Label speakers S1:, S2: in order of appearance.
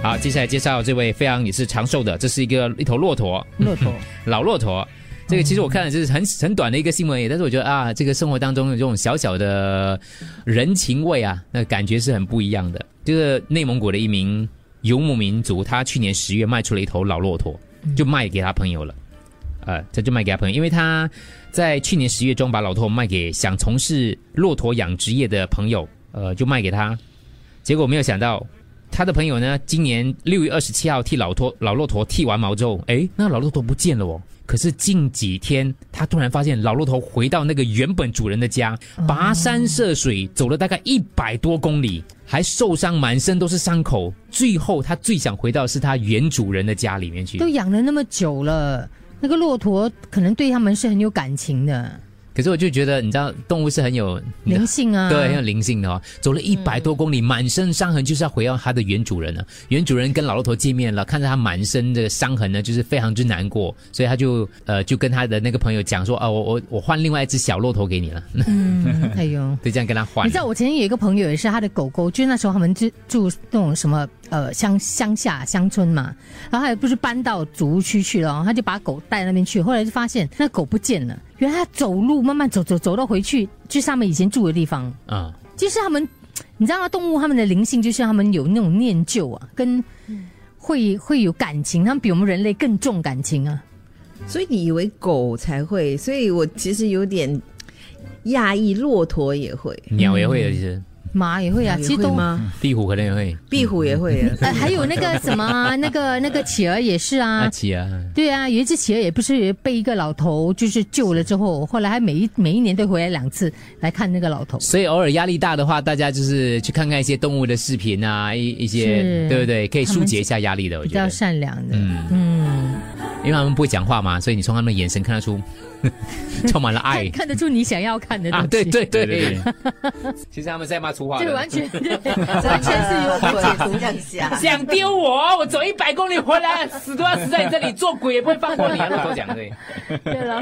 S1: 好，接下来介绍这位非常也是长寿的，这是一个一头骆驼，
S2: 骆 驼，
S1: 老骆驼。这个其实我看的就是很很短的一个新闻而已，但是我觉得啊，这个生活当中有这种小小的人情味啊，那感觉是很不一样的。就是内蒙古的一名游牧民族，他去年十月卖出了一头老骆驼，就卖给他朋友了。呃，这就卖给他朋友，因为他在去年十月中把老骆驼卖给想从事骆驼养殖业的朋友，呃，就卖给他。结果没有想到，他的朋友呢，今年六月二十七号剃老驼老骆驼剃完毛之后，诶，那老骆驼不见了哦。可是近几天，他突然发现老骆驼回到那个原本主人的家，跋山涉水走了大概一百多公里，还受伤满身都是伤口。最后，他最想回到是他原主人的家里面去。
S2: 都养了那么久了，那个骆驼可能对他们是很有感情的，
S1: 可是我就觉得，你知道，动物是很有你知道
S2: 灵性啊，
S1: 对，很有灵性的哦。走了一百
S2: 嗯
S1: 多公里，满身伤痕，就是要回到它的原主人了。啊原主人跟老骆驼见面了，看着它满身的伤痕呢，就是非常之难过，所以他就呃就跟他的那个朋友讲说，啊，我我我换另外一只小骆驼给你了，
S2: 嗯，哎呦。
S1: 就这样跟他换。
S2: 你知道我曾经有一个朋友也是他的狗狗，就是那时候他们就住那种什么呃乡乡下乡村嘛，然后他也不是搬到主屋区去了哦，他就把狗带那边去，后来就发现那狗不见了，原来他走路慢慢走走走到回去，就是他们以前住的地方。
S1: 啊、
S2: 就是他们，你知道吗？动物他们的灵性就是他们有那种念旧啊，跟会会有感情，他们比我们人类更重感情啊。
S3: 所以你以为狗才会？所以我其实有点讶异，骆驼也会，
S1: 鸟也
S2: 嗯
S1: 会的，其实
S2: 马也会啊，
S3: 你
S2: 其
S3: 会
S2: 实都。
S3: 吗？
S1: 壁虎可能也会，
S3: 壁虎也会 啊。
S1: 哎
S2: 呃，还有那个什 么啊，那个那个企鹅也是
S1: 阿
S2: 啊，
S1: 奇啊，
S2: 对啊，有一只企鹅也不是被一个老头就是救了之后，后来还每一每一年都回来两次来看那个老头。
S1: 所以偶尔压力大的话，大家就是去看看一些动物的视频啊，一一些
S2: 是
S1: 对不对？可以
S2: 他
S1: 疏
S2: 们
S1: 解一下压力的，我
S2: 比
S1: 觉
S2: 较
S1: 得。
S2: 善良的，
S1: 嗯
S2: 嗯，
S1: 因为他们不会讲话嘛，所以你从他们的眼神看得出 充满了爱
S2: 看看得出你想要看的东
S1: 啊！
S2: 西，
S1: 对对对
S4: 对对
S1: 其实他们在骂粗话
S2: 这
S1: 的，
S2: 个完全
S3: 完
S2: 完
S3: 全
S2: 全是
S3: 是
S2: 有
S3: 有 我也曾这样想
S1: 想丢我，我啊走一百公里回来，死都要死在你这里，做鬼也不会放过你。他们都讲对。
S2: 对了，